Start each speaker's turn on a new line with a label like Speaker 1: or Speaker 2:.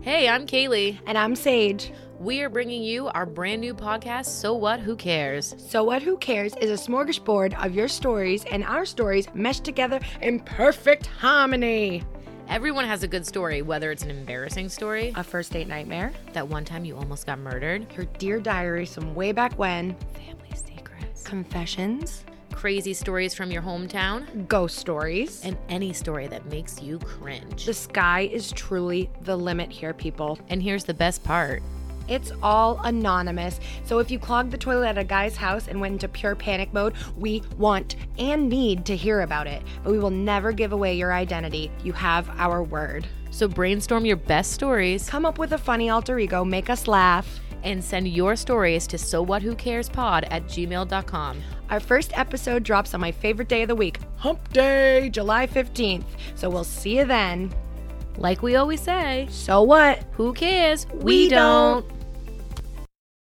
Speaker 1: Hey, I'm Kaylee.
Speaker 2: And I'm Sage.
Speaker 1: We are bringing you our brand new podcast, So What, Who Cares?
Speaker 2: So What Who Cares is a smorgasbord of your stories and our stories meshed together in perfect harmony.
Speaker 1: Everyone has a good story, whether it's an embarrassing story,
Speaker 2: A first date nightmare,
Speaker 1: that one time you almost got murdered,
Speaker 2: your dear diaries from way back when,
Speaker 1: family secrets,
Speaker 2: confessions,
Speaker 1: crazy stories from your hometown,
Speaker 2: ghost stories.
Speaker 1: and any story that makes you cringe.
Speaker 2: the sky is truly the limit here, people.
Speaker 1: And here's the best part
Speaker 2: It's all anonymous. So if you clogged the toilet at a guy's house and went into pure panic mode, we want and need to hear about it. But we will never give away your identity. You have our word.
Speaker 1: so brainstorm your best stories
Speaker 2: Come up with a funny alter ego, make us laugh.
Speaker 1: and send your stories to so what who cares pod at gmail.com.
Speaker 2: Our first episode drops on my favorite day of the week, Hump Day, July 15th. So we'll see you then.
Speaker 1: Like we always say,
Speaker 2: So what?
Speaker 1: who cares? We,
Speaker 2: We
Speaker 1: don't.
Speaker 2: don't.